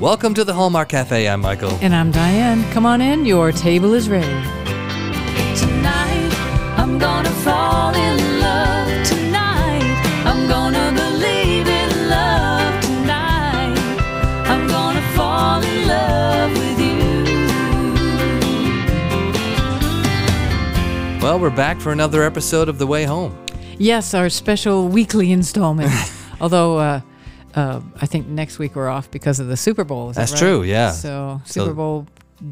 Welcome to the Hallmark Cafe. I'm Michael. And I'm Diane. Come on in, your table is ready. Tonight, I'm gonna fall in love. Tonight, I'm gonna believe in love. Tonight, I'm gonna fall in love with you. Well, we're back for another episode of The Way Home. Yes, our special weekly installment. Although uh, uh, I think next week we're off because of the Super Bowl. is that That's right? true, yeah. So So- Super Bowl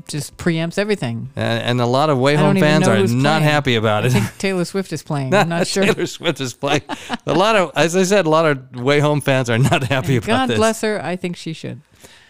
just preempts everything. And, and a lot of Way I don't Home even fans know are who's not playing. happy about I it. think Taylor Swift is playing. I'm not sure. Taylor Swift is playing. a lot of, as I said, a lot of Way Home fans are not happy about God this. bless her. I think she should.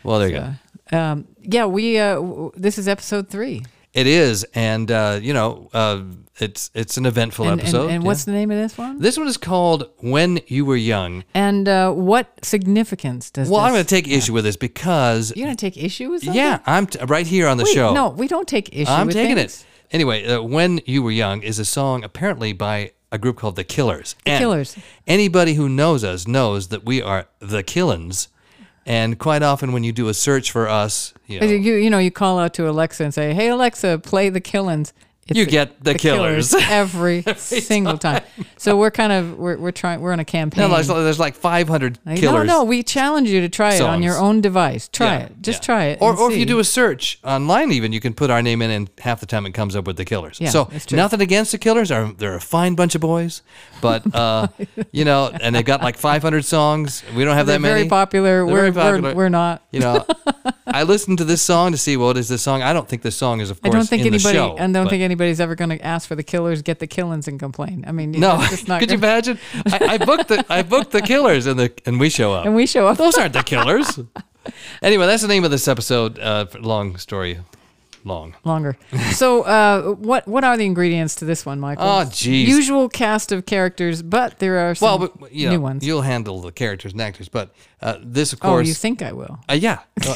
Well, there you go. Uh, um, yeah, we. Uh, w- this is episode three. It is, and uh, you know, uh, it's it's an eventful And, and, episode. and yeah. what's the name of this one? this one is called "When You Were Young." and uh, what significance does? Well, this, I'm going to take issue with this because You're gonna take issue with something? yeah, I'm t- right here on the Wait, show. No, we don't take issue. I'm with taking things. it anyway. Uh, "When You Were Young" is a song apparently by a group called the Killers. The Killers. Anybody who knows us knows that we are the Killins, and quite often when you do a search for us, you know, You, you you know, you call out to Alexa and say, "Hey Alexa, play the Killins." It's You the- get The Killers. every, single time. So we're kind of we're we're trying we're on a campaign. no, there's, there's like 500 Like, killers. No, no, we challenge you to try it on your songs. own device. Try Yeah, it. Just yeah. try it. Or, and or if see. you do a search online, even you can put our name in, and half the time it comes up with the Killers. Yeah, so that's true. nothing against the Killers. Are they're a fine bunch of boys, but uh, you know, and they've got like 500 songs. We don't have They're that many. very They're popular. We're, very We're, popular. we're not. You know, I listened to this song to see what is this song. I don't think this song is, of I course, don't think in the anybody. show, I don't but- think anybody's ever going to ask for the killers, get the killins, and complain. I mean, No, it's just not. could you gonna- imagine? I, I booked the I booked the Killers, and the and we show up. and we show up. Those aren't the killers. anyway, that's the name of this episode. Uh, long story, long. longer. So, uh, what what are the ingredients to this one, Michael? Oh, jeez. Usual cast of characters, but there are Well, some but, but, you know, new ones. You'll handle the characters and actors, but uh, this, of oh, course, you think I will? uh, yeah. Uh,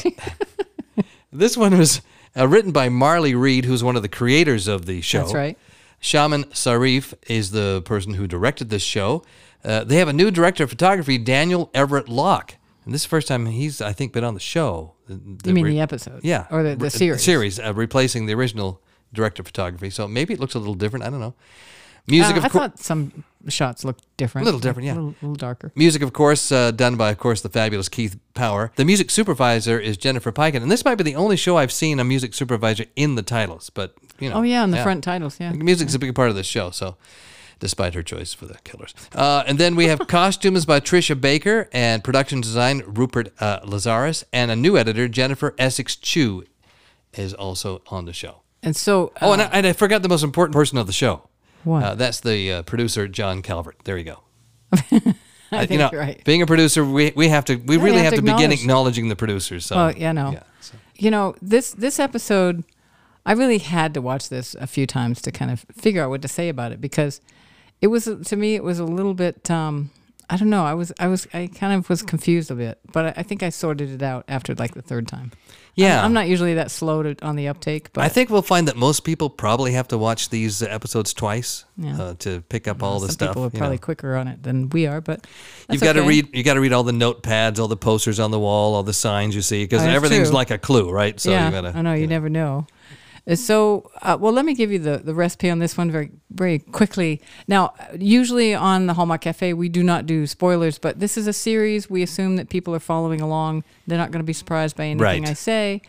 this one was uh, written by Marley Reed, who's one of the creators of the show. That's right. Shaman Sarif is the person who directed this show. Uh, they have a new director of photography, Daniel Everett Locke. And this is the first time he's, I think, been on the show. Uh, You mean the episode? Yeah. or the, Re- the series? Series, uh, replacing the original director of photography. So maybe it looks a little different. I don't know. Music, Uh, I of course. thought some shots looked different. A little different, yeah. A little, little darker. Music, of course, uh, done by, of course, the fabulous Keith Power. The music supervisor is Jennifer Piken, and this might be the only show I've seen a music supervisor in the titles. But you know, Oh yeah, on the front titles, yeah. music's a big part of the show. So, despite her choice for the Killers, uh, and then we have costumes by Trisha Baker and production design Rupert uh, Lazarus, and a new editor Jennifer Essex Chu is also on the show. And so, uh, Oh, and I, and I forgot the most important person of the show. What? Uh, that's the uh, producer, John Calvert. There you go. I think you're right. Being a producer, we, we have to we Yeah, really you have have to, to begin acknowledge. acknowledging the producers. So well, yeah, no. so- You know this this episode. I really had to watch this a few times to kind of figure out what to say about it because it was to me it was a little bit. Um, I don't know. I was I was I kind of was confused a bit, but I, I think I sorted it out after like the third time. Yeah. I'm, I'm not usually that slow to, on the uptake, but I think we'll find that most people probably have to watch these episodes twice uh, to pick up all the some stuff. people are you know. probably quicker on it than we are. But You've that's got to okay. read. You got to read all the notepads, all the posters on the wall, all the signs you see, because Oh, that's everything's true. like a clue, right? So yeah, you gotta. I know you, never know. Uh, So, uh, well, let me give you the, the recipe on this one very very quickly. Now, uh, usually on the Hallmark Cafe, we do not do spoilers, but this is a series. We assume that people are following along; they're not going to be surprised by anything Right. I say.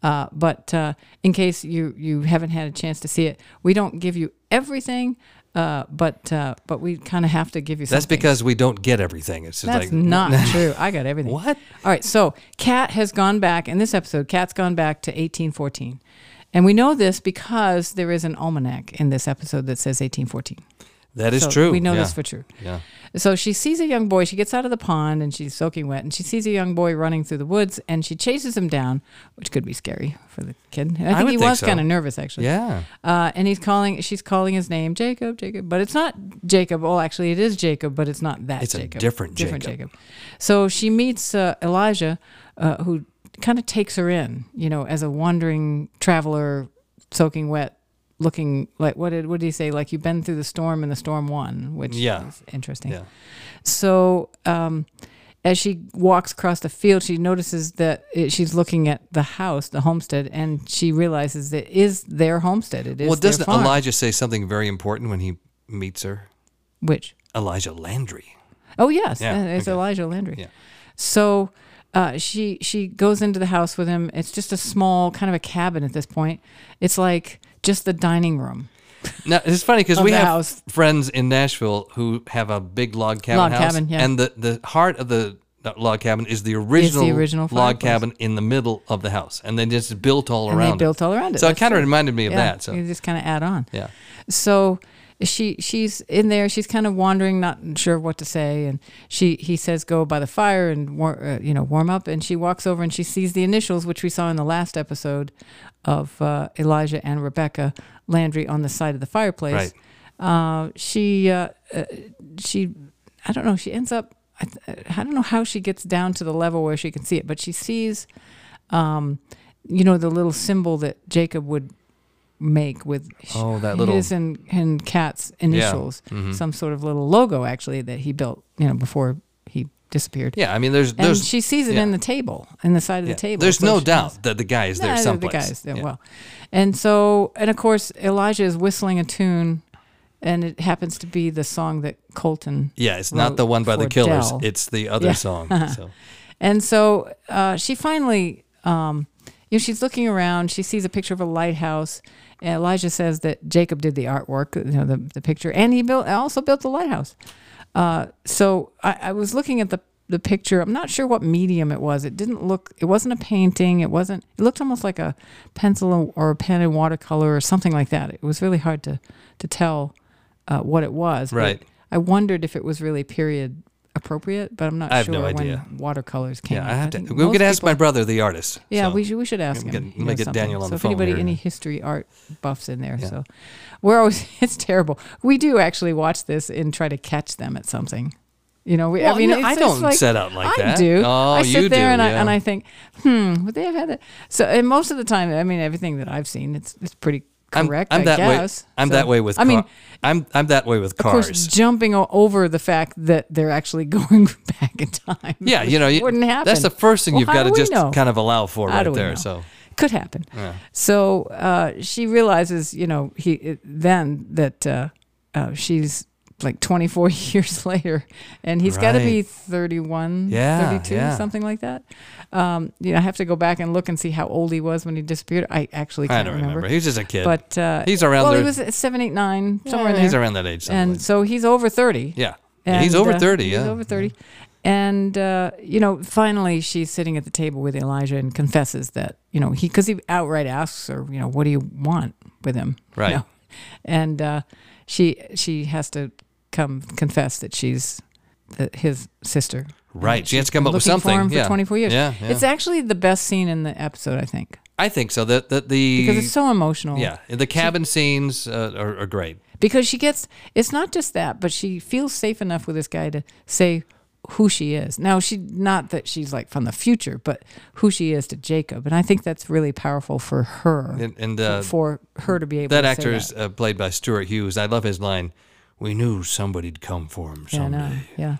Uh, but uh, in case you you haven't had a chance to see it, we don't give you everything, uh, but uh, but we kind of have to give you. Something. That's because we don't get everything. It's just That's like not true. I got everything. What? All right. So Kat has gone back in this episode. Kat's gone back to 1814, and we know this because there is an almanac in this episode that says 1814. that is So true. We know yeah. this for true. Yeah. So she sees a young boy. She gets out of the pond and she's soaking wet, and she sees a young boy running through the woods, and she chases him down, which could be scary for the kid. I think would he think was so. kind of nervous actually. Yeah. Uh, and he's calling. She's calling his name, Jacob, Jacob. But it's not Jacob. Well, actually, it is Jacob, but it's not that. It's a Jacob. different Jacob. Jacob. So she meets uh, Elijah, uh, who kind of takes her in, you know, as a wandering traveler, soaking wet, looking like what did what did he say? Like you've been through the storm and the storm won, which Yeah. is interesting. Yeah. So. Um, as she walks across the field, she notices that it, she's looking at the house, the homestead, and she realizes it is their homestead. It is well, their doesn't farm. Elijah say something very important when he meets her? Which? Elijah Landry. Oh yes, Yeah, uh, it's okay. Elijah Landry. Yeah. So uh, she she goes into the house with him. It's just a small kind of a cabin at this point. It's like just the dining room. Now it's funny because Of we the have house. friends in Nashville who have a big log cabin Log house, cabin, yeah. and the the heart of the log cabin is the original, original log fireplace. cabin in the middle of the house, and they just built all And around. they built all around it. So it That's kind of true. reminded me of yeah, that. So you just kind of add on. yeah, So she she's in there. She's kind of wandering, not sure what to say. And she he says, "Go by the fire and war, uh, you know warm up." And she walks over and she sees the initials, which we saw in the last episode of uh, Elijah and Rebecca Landry on the side of the fireplace. Uh, she uh, uh, she I don't know. She ends up. I, th- I don't know how she gets down to the level where she can see it, but she sees, um, you know, the little symbol that Jacob would make with Oh, that little- his and, and Cat's initials, Mm-hmm. some sort of little logo actually that he built, you know, before he disappeared. yeah. I mean, there's and there's she sees it yeah. in the table, in the side of yeah. the table. There's so no she doubt knows. that the guy is there Yeah, someplace. The guys, yeah, Yeah. well, and so and of course Elijah is whistling a tune, and it happens to be the song that Colton. yeah, it's not wrote the one by the for Killers. Dell. It's the other Yeah. song. So And so uh, she finally, um, you know, she's looking around. She sees a picture of a lighthouse. And Elijah says that Jacob did the artwork, you know, the, the picture, and he built also built the lighthouse. Uh, so I, I was looking at the the picture. I'm not sure what medium it was. It didn't look. It wasn't a painting. It wasn't. It looked almost like a pencil or a pen and watercolor or something like that. It was really hard to to tell uh, what it was. but Right. I wondered if it was really period appropriate, but I'm not I have sure no idea. when watercolors came. yeah, I out. have to. think We'll most get ask people- my brother, the artist. yeah, So, we should we should ask Let me him. get- let he me knows get something. Daniel on so the if phone anybody here. any history art buffs in there, Yeah. so we're always it's terrible. We do actually watch this and try to catch them at something. You know, we, Well, I mean, no, it's- I it's don't like, set out like I that. do. Oh, I sit you there do, and I and yeah. I think, hmm, would they have had that? So, and most of the time, I mean, everything that I've seen, it's it's pretty I'm, correct. I'm I that guess. way. I'm So, that way with. I mean, car- I'm I'm that way with of course, cars. jumping o- over the fact that they're actually going back in time. Yeah, you know, you- wouldn't happen. That's the first thing Well, you've how got to do we just know? kind of allow for How right do we there. know? So could happen. So uh, she realizes, you know, he it- then that uh, uh, she's like 24 years later, and he's got to be Right. 31, Yeah, 32, yeah. something like that. Um, you know, I have to go back and look and see how old he was when he disappeared. I actually I can't don't remember. He was just a kid. But uh, He's around Well, there. he was at seven, eight, nine, somewhere in Yeah, there. he's around that age. something and like- so he's over 30. yeah. Yeah, he's And, over uh, thirty. he's yeah, over 30. And, uh, you know, finally she's sitting at the table with Elijah and confesses that, you know, he, because he outright asks her, you know, what do you want with him? You Right. know? And uh, she she has to come confess that she's the, his sister. Right. And She has she's to come been up with looking For something. him for Yeah. 24 years. Yeah, yeah. It's actually the best scene in the episode, I think, I think so. That that the because it's so emotional. yeah the cabin scenes uh, are, are great. because she gets it's not just that but she feels safe enough with this guy to say who she is now she not that she's like from the future but who she is to jacob and i think that's really powerful for her And, and uh, for her to be able that to actor say is that. uh, played by Stuart Hughes. I love his line. We knew somebody'd come for him yeah, I someday. know. yeah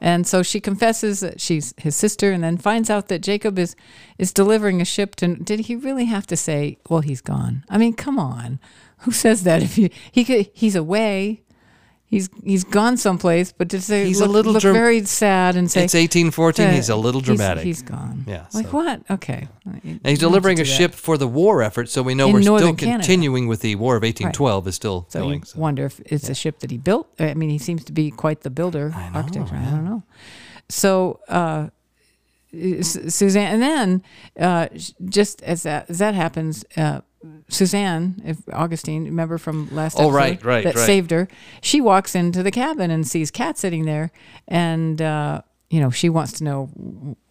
and so she confesses that she's his sister and then finds out that jacob is is delivering a ship to did he really have to say well he's gone i mean come on who says that if he he could he's away He's, he's gone someplace, but to say He's a look, little look dram- very sad and say It's eighteen fourteen. that He's a little dramatic. He's, he's gone. Yeah, Like so- what? Okay. You And he's don't have delivering to a do that. ship for the war effort, so we know In we're still northern Canada. continuing with the War of 1812 is still So you going. So. wonder if it's a ship that he built. I mean, he seems to be quite the builder architect. I don't know. So uh, S- Suzanne, and then uh, sh- just as that as that happens. Uh, Suzanne, if Augustine, remember from last Oh, episode, right, right, that right. saved her. She walks into the cabin and sees Kat sitting there, and uh, you know she wants to know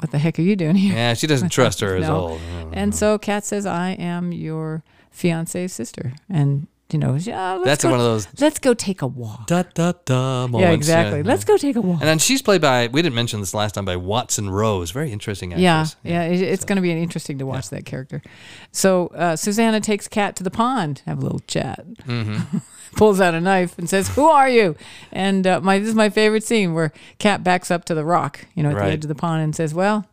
what the heck are you doing here? Yeah, she doesn't trust her as No. old. And so Kat says, I am your fiance's sister. And you know, yeah, let's That's go, one of those- Let's go take a walk. Da da da. Moments. yeah, exactly. Let's go take a walk. And then she's played by we didn't mention this last time by Watson Rose, very interesting Yeah, actress. yeah, it, it's going to be an interesting to watch that character. So uh, Susanna takes Cat to the pond, have a little chat, Mm-hmm. pulls out a knife and says, "Who are you?" And uh, my this is my favorite scene where Cat backs up to the rock, you know, at Right. the edge of the pond, and says, "Well,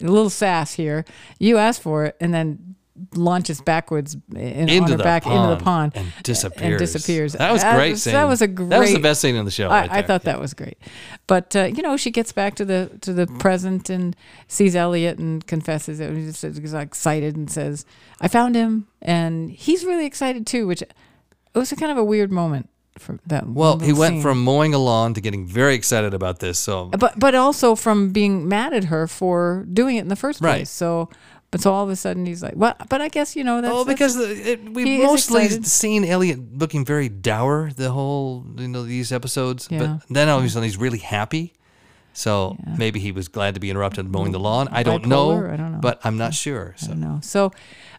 a little sass here. You asked for it," and then launches backwards and on her back into the pond and disappears. disappears. That was That great. was- scene. that was a That was the great- best scene in the show. right I, I there. thought that was great, but uh, you know, she gets back to the to Mm-hmm. the present and sees Elliot and confesses it. He's just he's excited and says, "I found him," and he's really excited too. Which it was a kind of a weird moment for that. Well, he little went scene. from mowing a lawn to getting very excited about this. So but but also from being mad at her for doing it in the first Right. place. So, but so all of a sudden he's like, "Well, but I guess you know that's oh, that's- because the, it, He we've is mostly excited. seen Elliot looking very dour the whole you know these episodes, Yeah. but then all of a sudden he's really happy. So maybe he was glad to be interrupted mowing the lawn. I don't, know, Bipolar? I don't know. but I'm not sure. So I don't know. So,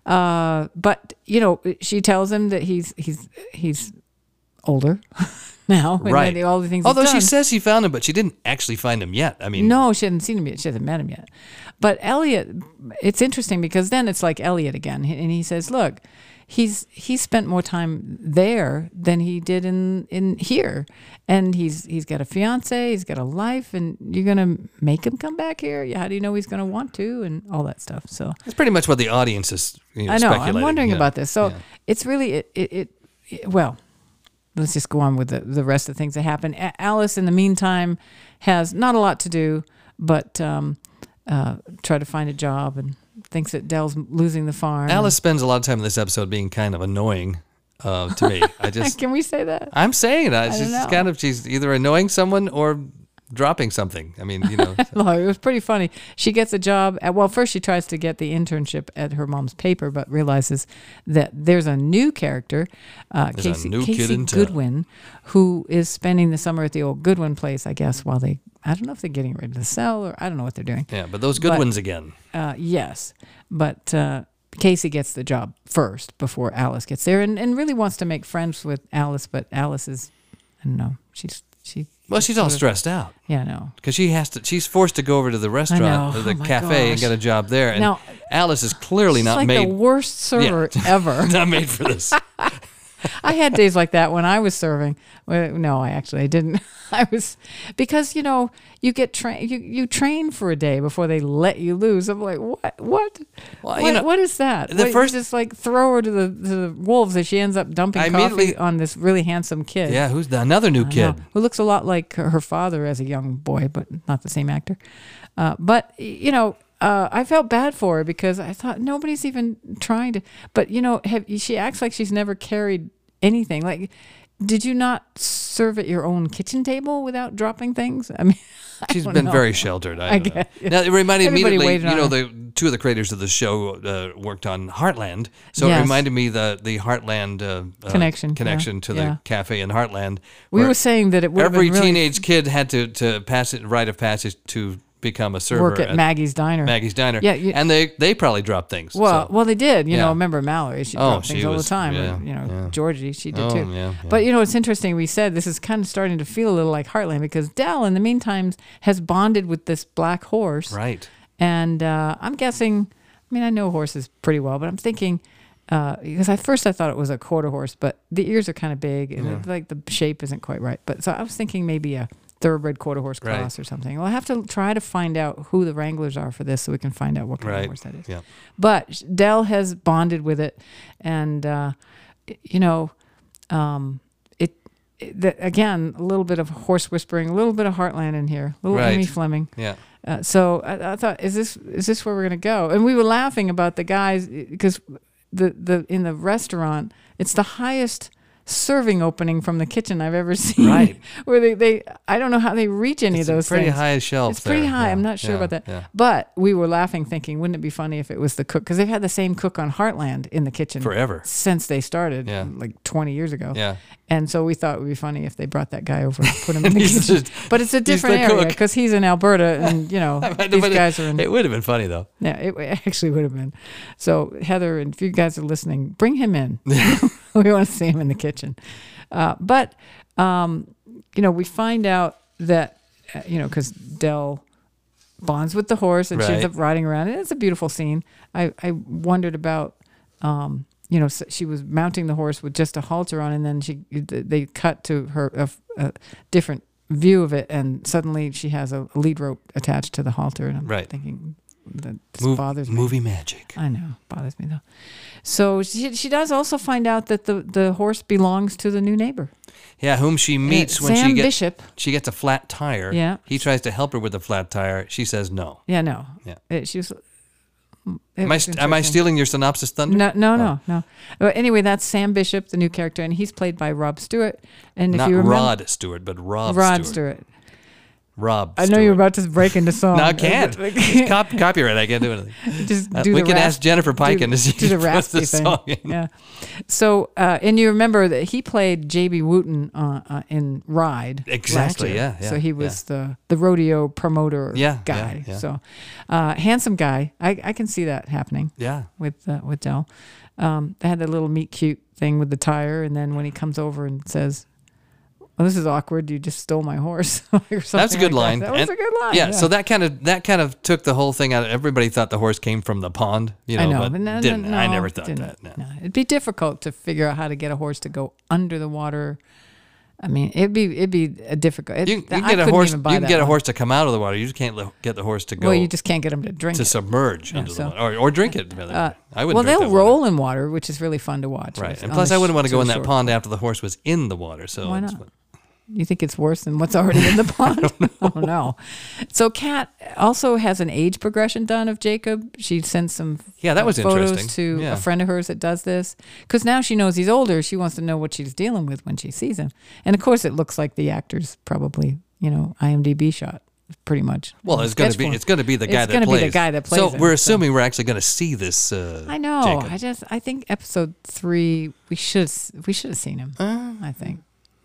uh, but you know, she tells him that he's he's he's older now, and that Right. All the things. he's Although she done. says she found him, but she didn't actually find him yet. I mean, no, she hadn't seen him yet. She hasn't met him yet. But Elliot, it's interesting because then it's like Elliot again, and he says, "Look, he's he spent more time there than he did in in here, and he's he's got a fiance, he's got a life, and you're gonna make him come back here. Yeah, How do you know he's gonna want to, and all that stuff. So that's pretty much what the audience is. You know, I know. I'm speculating, wondering yeah. about this. So Yeah. it's really it, it, it, it- Well, let's just go on with the the rest of the things that happen. A- Alice, in the meantime, has not a lot to do, but um, uh, try to find a job and thinks that Dell's losing the farm. Alice spends a lot of time in this episode being kind of annoying uh, to me. I just can we say that? I'm saying I, she's know. kind of she's either annoying someone or dropping something. I mean, you know, No, it was pretty funny. She gets a job at well, first she tries to get the internship at her mom's paper, but realizes that there's a new character, uh, a Casey, new kid Casey in town. Goodwin, who is spending the summer at the old Goodwin place, I guess, while they I don't know if they're getting rid of the cell or I don't know what they're doing. yeah. But those good But- ones again. Uh, yes, but uh, Casey gets the job first before Alice gets there, and, and really wants to make friends with Alice, but Alice is I don't know she's she Well, she's all sort of- stressed out yeah no because she has to. She's forced to go over to the restaurant know. or the Oh my cafe and gosh. get a job there. And Now- Alice is clearly she's not like made the worst server ever. not made for this. I had days like that when I was serving. Well, no, I actually I didn't. I was because you know you get train you, you train for a day before they let you loose. I'm like what what Well, you what, know, what is that? the What, you first- just like throw her to the to the wolves and she ends up dumping I immediately- coffee on this really handsome kid. yeah, who's the, another new I know, kid? who looks a lot like her her father as a young boy, but not the same actor. Uh, but y- you know, uh, I felt bad for her because I thought nobody's even trying to. But you know, have, she acts like she's never carried anything. Like, did you not serve at your own kitchen table without dropping things? I mean, I She's don't been know. very sheltered. I, I don't guess, know. Now it reminded me Everybody immediately. waited You know, on the two of the creators of the show uh, worked on Heartland, so it Yes. reminded me the the Heartland uh, uh, Connection, yeah, connection to the yeah. cafe in Heartland. We where were saying that it would every have been really teenage kid had to to pass it rite of passage to become a server work at, Maggie's Diner. Maggie's Diner. Yeah, you- and they they probably dropped things. Well, so. well, they did. You yeah. know, remember Mallory? She Oh, dropped she things all the was- time. yeah, and, you know, yeah. Georgie, she did Oh, too. yeah, But you know, it's interesting. We said this is kind of starting to feel a little like Heartland because Dell, in the meantime, has bonded with this black horse. right. And uh, I'm guessing. I mean, I know horses pretty well, but I'm thinking uh, because at first I thought it was a quarter horse, but the ears are kind of big and it's like the shape isn't quite right. But so I was thinking maybe a thoroughbred quarter horse Right. cross or something. Well, I have to try to find out who the wranglers are for this, so we can find out what kind of Right. horse that is. Yeah. But Dell has bonded with it, and uh, y- you know, um, it, it the, again a little bit of horse whispering, a little bit of Heartland in here, little Right. Amy Fleming. Yeah. Uh, so I, I thought, is this is this where we're gonna go? And we were laughing about the guys because the the in the restaurant, it's the highest serving opening from the kitchen I've ever seen. Right. where they, they I don't know how they reach any It's of a those pretty things. high shelf. It's pretty there. high. Yeah, I'm not sure yeah, about that. yeah. But we were laughing, thinking, wouldn't it be funny if it was the cook? Because they've had the same cook on Heartland in the kitchen Forever. since they started, Yeah. like 20 years ago. Yeah. And so we thought it would be funny if they brought that guy over and put him in the He's kitchen. just- but it's a the different area cook. because he's in Alberta, and you know But- these but it- guys are in. It would have been funny though. yeah, it actually would have been. So Heather, and if you guys are listening, bring him in. we want to see him in the kitchen. Uh, but, um, you know, we find out that, uh, you know, because Dell bonds with the horse and she ends Right. up riding around. And it's a beautiful scene. I, I wondered about, um, you know, s- she was mounting the horse with just a halter on, and then she they cut to her a, f- a different view of it, and suddenly she has a lead rope attached to the halter. And I'm Right. thinking that this Mov- bothers me. movie magic. I know, bothers me though. So she she does also find out that the the horse belongs to the new neighbor, Yeah, whom she meets Yeah, when Sam she gets Bishop. she gets a flat tire. Yeah. He tries to help her with the flat tire. She says no. Yeah, no, Yeah. It- she was. it Am I, was st- am I Oh. interesting. stealing your synopsis thunder? No, no, no, no. But anyway, that's Sam Bishop, the new character, and he's played by Rob Stewart. And if Not you remember, Rod Stewart, but Rob Rod Stewart. Stewart. Rob I know you were Stewart. about to break into song. No, I can't. It's cop- copyright. I can't do anything. Just Uh, do we the could rasp- ask Jennifer Piken do, to see do the if she puts raspy the thing. song in. Yeah. So, uh, and you remember that he played J.B. Wooten uh, uh, in Ride. Exactly, last year. yeah, So yeah, he was the the rodeo promoter Yeah, yeah, guy. yeah. So, uh, handsome guy. I I can see that happening Yeah. with uh, with Dell. Um, they had that little meet cute thing with the tire, and then when he comes over and says, "Oh, this is awkward. You just stole my horse." or That's a something good like line. That, that was And- a good line. Yeah, so that kind of that kind of took the whole thing out. Everybody thought the horse came from the pond, you know, I know, but but no, no, didn't. I no, never thought didn't. that. No. No, it'd be difficult to figure out how to get a horse to go under the water. I mean, it'd be it'd be a difficult. It, You, you I can get a couldn't horse. You even buy can that get a one. horse to come out of the water. You just can't le- get the horse to go Well, you just can't get them to drink. to it. submerge under the so- water or, or drink it. rather. I would. Well, they'll roll in water, which is really fun to watch. right, It's and on plus the I wouldn't want to sh- go in the that shore. pond after the horse was in the water. So Why it's- not? You think it's worse than what's already in the pond? oh no! So Kat also has an age progression done of Jacob. She sends some Yeah, that was uh, photos interesting. to Yeah. a friend of hers that does this because now she knows he's older. She wants to know what she's dealing with when she sees him, and of course it looks like the actors probably you know IMDb shot pretty much. Well, in it's going to sketch be form. it's going to be the guy It's that gonna plays. be the guy that plays. So him, we're assuming we're actually going to see this. Uh, I know. Jacob. I just I think episode three we should s- we should have seen him. I think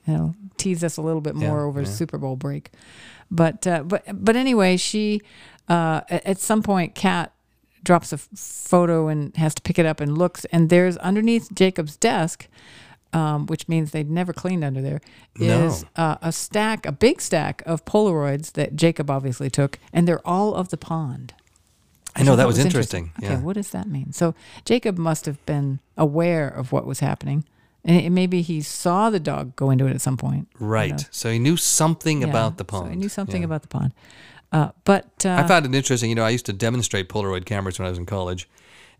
it'll tease us a little bit more Uh, Yeah, over yeah. Super Bowl break, but uh, but but anyway, she uh, a- at some point Kat drops a f- photo and has to pick it up and looks and there's underneath Jacob's desk. Um, which means they'd never cleaned under there is uh, a stack, a big stack of Polaroids that Jacob obviously took, and they're all of the pond. I know thought that was interesting. interesting. Yeah. Okay, what does that mean? So Jacob must have been aware of what was happening, and it- maybe he saw the dog go into it at some point. I don't Right. know. So he knew something Yeah, about the so pond. he knew something Yeah. about the pond, uh, but uh, I found it interesting. You know, I used to demonstrate Polaroid cameras when I was in college,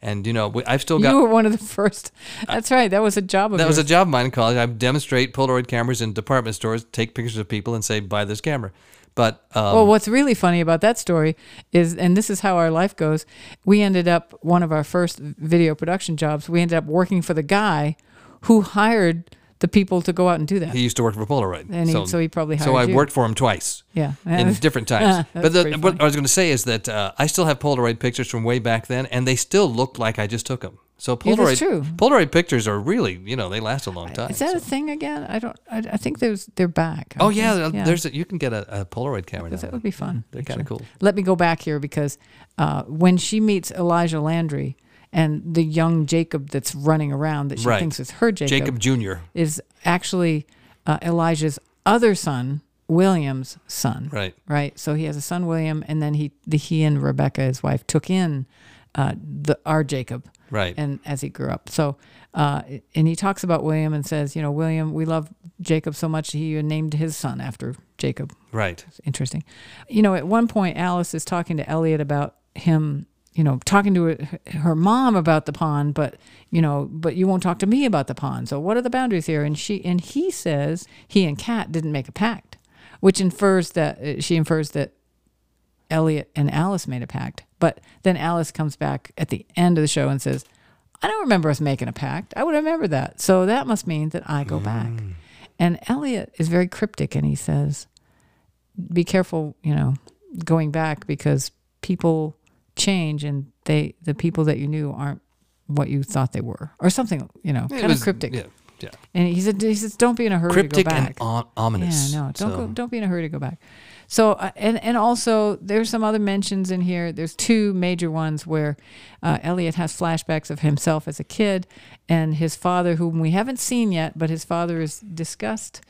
and you know, we, I've still got you were one of the first. That's right. That was a job of that was a yours. job of mine in college. I demonstrate Polaroid cameras in department stores, take pictures of people, and say, "Buy this camera." But um, well, what's really funny about that story is, and this is how our life goes. We ended up one of our first video production jobs. We ended up working for the guy who hired the people to go out and do that. he used to work for Polaroid, And he- so he probably So I hired you. worked for him twice. yeah, in different times. That's but the, pretty what funny. I was going to say is that uh, I still have Polaroid pictures from way back then, and they still look like I just took them. So Yeah, Polaroid, that's true. Polaroid pictures are really, you know, they last a long time. Is that so- a thing again? I don't. I, I think there's they're back. oh aren't yeah, they? there- there's a, you can get a, a Polaroid camera. Now. that would be fun. They're kinda actually. cool. Let me go back here because uh, when she meets Elijah Landry and the young Jacob that's running around that she Right. thinks is her Jacob Jacob, Jr. is actually uh, Elijah's other son, William's son. Right. Right. So he has a son, William, and then he the, he and Rebecca, his wife, took in uh, the our Jacob. Right. and as he grew up. So, uh, and he talks about William and says, you know, William, we love Jacob so much. He named his son after Jacob. right. It's interesting. You know, at one point, Alice is talking to Elliot about him. You know, talking to her- her mom about the pond, but you know, but you won't talk to me about the pond. So what are the boundaries here? And she and he says he and Kat didn't make a pact, which infers that uh, she infers that Elliot and Alice made a pact. But then Alice comes back at the end of the show and says, I don't remember us making a pact. I would remember that. So that must mean that I Mm. go back. And Elliot is very cryptic and he says, Be careful, you know, going back because people change and they the people that you knew aren't what you thought they were or something, you know, It kind was- of cryptic. Yeah. yeah. And he said he says, Don't be in a hurry to Cryptic go back. and o- ominous. Yeah, no, don't So- go, don't be in a hurry to go back. So uh, and and also there's some other mentions in here. There's two major ones where uh, Elliot has flashbacks of himself as a kid and his father, whom we haven't seen yet, but his father is discussed.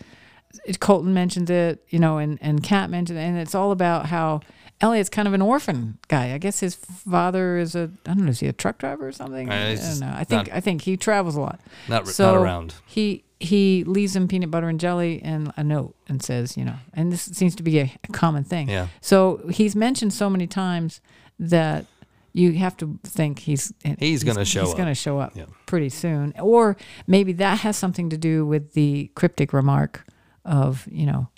It, Colton mentions it, you know, and and Kat mentioned it, and it's all about how. Elliot's kind of an orphan guy. I guess his father is a I don't know, is he a truck driver or something? Uh, I he's don't just know. I think not- I think he travels a lot. Not r- so not around. He he leaves him peanut butter and jelly and a note and says, you know, and this seems to be a, a common thing. Yeah. So he's mentioned so many times that you have to think he's eh, He's gonna show he's up. gonna show up Yeah. pretty soon, or maybe that has something to do with the cryptic remark of you know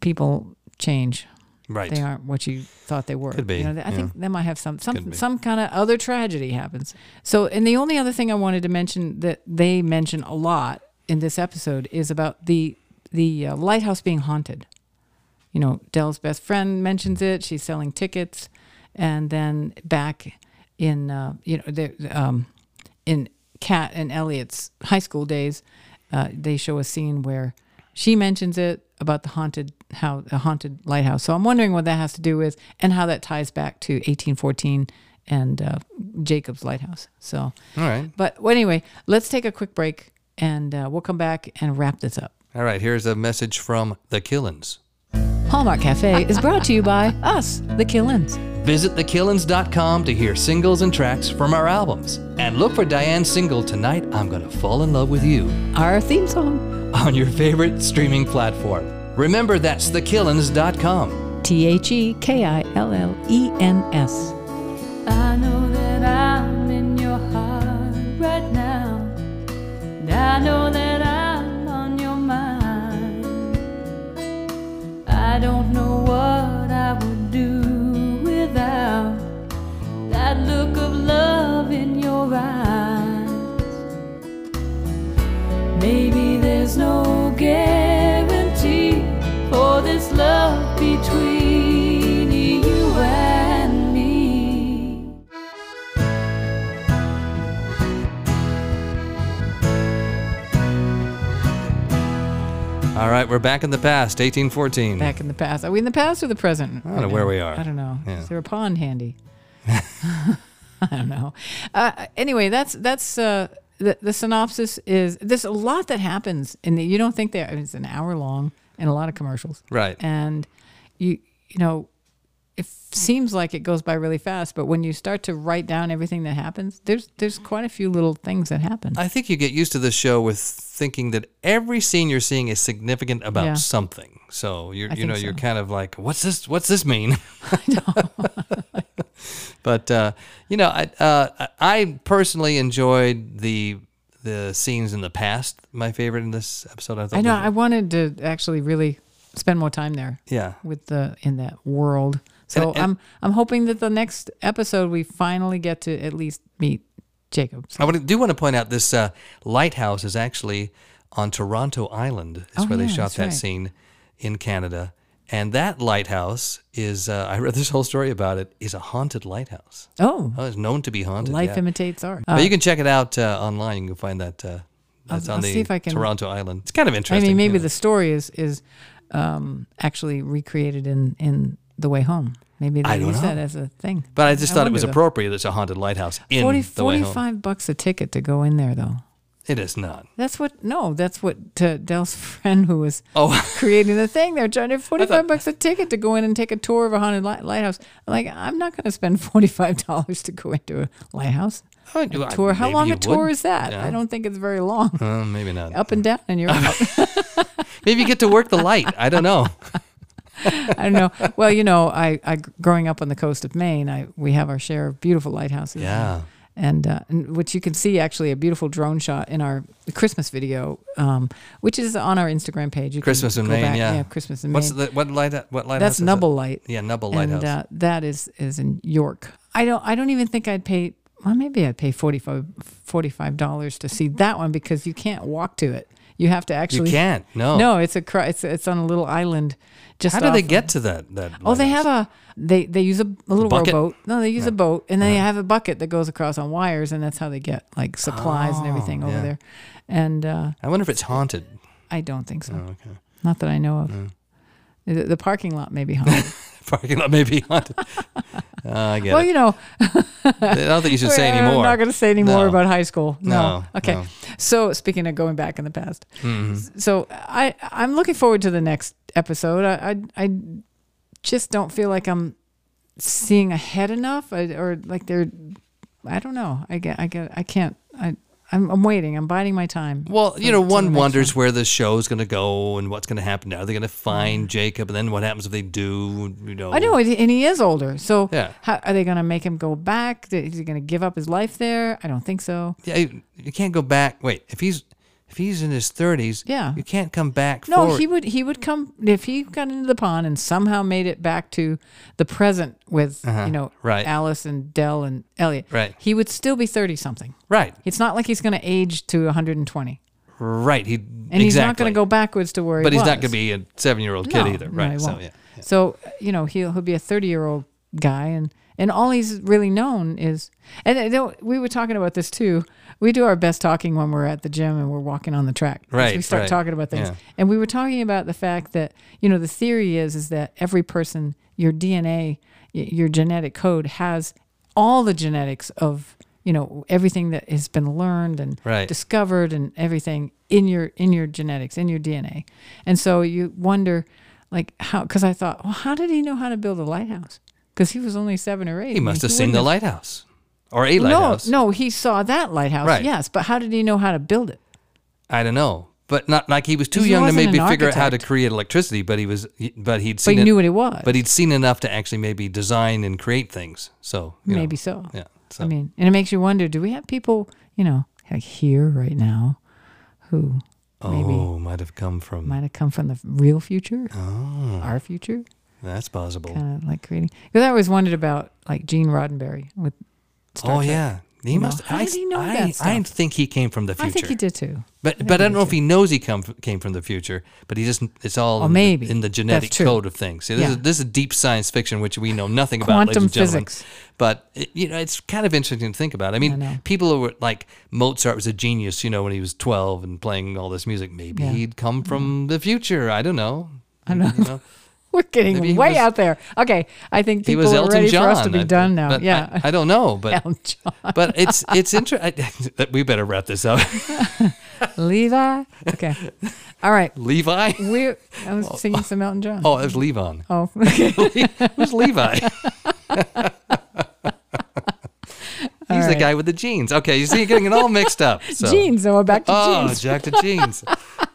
people change Right. they aren't what you thought they were. Could be, You know, th- I yeah. think that might have some Could some be. some kind of other tragedy happens. So, and the only other thing I wanted to mention that they mention a lot in this episode is about the the uh, lighthouse being haunted. You know, Dell's best friend mentions it. She's selling tickets, and then back in uh, you know there um, in Kat and Elliot's high school days, uh, they show a scene where she mentions it about the haunted how the haunted lighthouse. So I'm wondering what that has to do with and how that ties back to 1814 and uh, Jacob's lighthouse. So, All right. but well, anyway, let's take a quick break and uh, we'll come back and wrap this up. All right. Here's a message from the Killins. Hallmark Cafe is brought to you by us, the Killins. Visit thekillins.com to hear singles and tracks from our albums. And look for Diane's single tonight, I'm Gonna Fall in Love with You, Our theme song, on your favorite streaming platform. Remember, that's thekillins.com. T H E K I L L E N S. I know that I'm in your heart right now. And I know that I'm on your mind. I don't know what I would do without that look of love in your eyes. Maybe there's no guarantee for this love between you and me. All right, we're back in the past, 1814. Back in the past. Are we in the past or the present? I don't know where we are. I don't know. Yeah. Is there a pond handy? I don't know. Uh, anyway, that's that's uh, the the synopsis is there's a lot that happens in the you don't think there it's an hour long and a lot of commercials Right. and you you know it seems like it goes by really fast but when you start to write down everything that happens there's there's quite a few little things that happen I think you get used to this show with thinking that every scene you're seeing is significant about Yeah. something. So you're, I you know, think you're so. kind of like, what's this? What's this mean? but uh, you know, I, uh, I personally enjoyed the the scenes in the past. My favorite in this episode, I thought. I know was- I wanted to actually really spend more time there yeah. with the in that world. So And- and- I'm I'm hoping that the next episode we finally get to at least meet Jacob. I would, do want to point out this uh, lighthouse is actually on Toronto Island. Is Oh, where they yeah, shot that's that right. scene in Canada, and that lighthouse is—I read this whole story about it—is a haunted lighthouse. Oh, Oh, it's known to be haunted. life yeah. imitates art. Uh, but you can check it out uh, online. You can find that. Uh, that's I'll on the see if I can- Toronto Island. It's kind of I interesting. mean, you maybe know. the story is is um, actually recreated in in the way home. Maybe they I don't use that know. as a thing. But I just thought it was wonder, though. appropriate. It's a haunted lighthouse in 40, the way home. 45 bucks a ticket to go in there though. It is not. That's what no, that's what uh, Dell's friend who was Oh, creating the thing. They're charging forty thought- five bucks a ticket to go in and take a tour of a haunted li- lighthouse. I'm like, I'm not going to spend forty five dollars to go into a lighthouse I do- I- tour. How maybe long you a tour would. is that? Yeah. I don't think it's very long. Uh, maybe not. Up and down, and you're out. Maybe you get to work the light. I don't know. I don't know. Well, you know, I, I growing up on the coast of Maine, I we have our share of beautiful lighthouses. Yeah. and, uh, and which you can see actually a beautiful drone shot in our Christmas video, um, which is on our Instagram page. You can Christmas in go Maine. back- yeah. Christmas in What's The, Maine. what light? What lighthouse? That's is it? Nubble Light. Yeah, Nubble Lighthouse. and uh, that is is in York. I don't I don't even think I'd pay. Well, maybe I'd pay 45 dollars to see that one because you can't walk to it. You have to you actually. can't. No. No, it's a cr- it's it's on a little island. Just How do they off- get to that? That. Oh, they have a they they use a, a little bucket? Uh-huh. rowboat. No, they use a boat, and they have a bucket that goes across on wires, and that's how they get like supplies and everything over Oh, yeah. there. And uh, I wonder if it's haunted. Oh, I don't think so. Okay. Not that I know of. The the parking lot may be haunted. Parking lot may be haunted. Uh, I get well, it. you know, I don't think you should say we're- anymore. I'm not going to say any No. more about high school. No. No, Okay. no. Mm-hmm. So speaking of going back in the past, so I I'm looking forward to the next episode. I I, I just don't feel like I'm seeing ahead enough, I, or like they're. I don't know. I get. I get. I can't. I. I'm, I'm waiting. I'm biding my time. Well, you know, until the one next wonders where the show's going to go and what's going to happen. Are they going to find Jacob? And then what happens if they do? You know, I know, and and he is older. So, Yeah. how, are they going to make him go back? Is he going to give up his life there? I don't think so. Yeah, you, you can't go back. Wait, if he's if he's in his thirties, Yeah. you can't come back. No, forward. he would. He would come if he got into the pond and somehow made it back to the present with you know Uh-huh. right. Alice and Dell and Elliot. Right. He would still be thirty something. right, It's not like he's going to age to 120, right. He and he's not exactly. going to go backwards to where. But he he's not going to was. be a seven-year-old No, kid either, no, right? he So won't. yeah, yeah. So you know he'll he'll be a thirty year old guy, and and all he's really known is and I know- we were talking about this too. We do our best talking when we're at the gym and we're walking on the track. 'cause Right, we start right. talking about things, Yeah. and we were talking about the fact that you know the theory is is that every person, your DNA, y- your genetic code has all the genetics of you know everything that has been learned and Right. discovered and everything in your in your genetics in your DNA. And so you wonder like how cuz I thought, "Well, how did he know how to build a lighthouse?" Cuz he was only 7 or 8. he must have seen the lighthouse or a No, lighthouse. no, he saw that lighthouse. Right. Yes, but how did he know how to build it? I don't know. But not like he was too He young to wasn't maybe an figure out how to architect. create electricity, but he was, he- but he'd But seen he it, knew what it was. but he'd seen enough to actually maybe design and create things. So you know, maybe so. yeah. So I mean, and it makes you wonder, do we have people, you know, like here right now who maybe oh, might have come from might have come from the real future? Oh. Our future? that's possible. Kind of like creating. Because I always wondered about like Gene Roddenberry with Star oh Trek. yeah, he know, must. how I, did he know I, that I stuff? think he came from the future. I think he did too. But but I don't know if he knows he come f- came from the future. But he just it's all Oh, in, the- maybe. in the That's genetic true. code of things. See, this Yeah. is this is deep science fiction, which we know nothing about, ladies Quantum and gentlemen. physics. But it, you know, it's kind of interesting to think about. I mean, know. people who were like Mozart was a genius, you know, when he was twelve and playing all this music. Maybe Yeah. he'd come from the future. I don't know. I know. You know, We're getting Maybe he way was- out there. Okay, I think he people was are Elton ready John. for us to be I- done now. but I- yeah, I, don't know, but Elton John, but it's it's interesting. we better wrap this up, Levi. Okay, all right. Levi. We're I was singing some Elton John. Oh, it was Levon. Oh, okay. Who's Levi? He's the right. guy with the jeans. Okay, you see, you're getting it all mixed up. So. jeans. So we're back to Oh, jeans. Jack to jeans.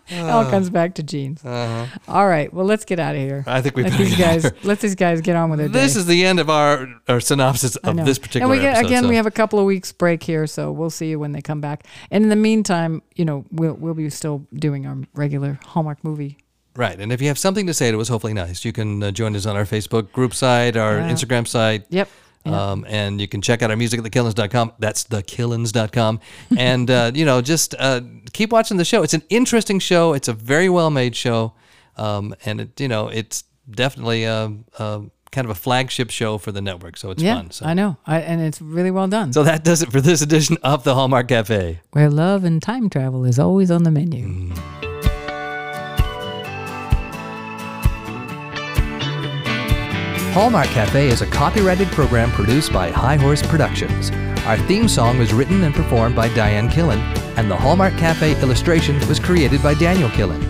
It all comes back to jeans. All right. Well, let's get out of here. Uh-huh. I think we let better these get out guys let these guys get on with their This day. is the end of our, our synopsis I of know. this particular and we get, episode. Again, so- we have a couple of weeks break here, so we'll see you when they come back. And in the meantime, you know, we'll we'll be still doing our regular Hallmark movie. right, and if you have something to say to us, hopefully nice, you can uh, join us on our Facebook group site, our Yeah. Instagram site. Yep. Yeah. Um, and you can check out our music at thekillins.com. That's thekillins.com. and, uh, you know, just uh, keep watching the show. It's an interesting show. It's a very well made show. Um, and, it, you know, it's definitely uh uh kind of a flagship show for the network. So it's yeah, fun. So. I know, I, and it's really well done. so that does it for this edition of the Hallmark Cafe. Where love and time travel is always on the menu. Hallmark Cafe is a copyrighted program produced by High Horse Productions. Our theme song was written and performed by Diane Killen, and the Hallmark Cafe illustration was created by Daniel Killen.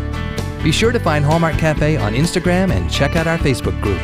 Be sure to find Hallmark Cafe on Instagram and check out our Facebook group.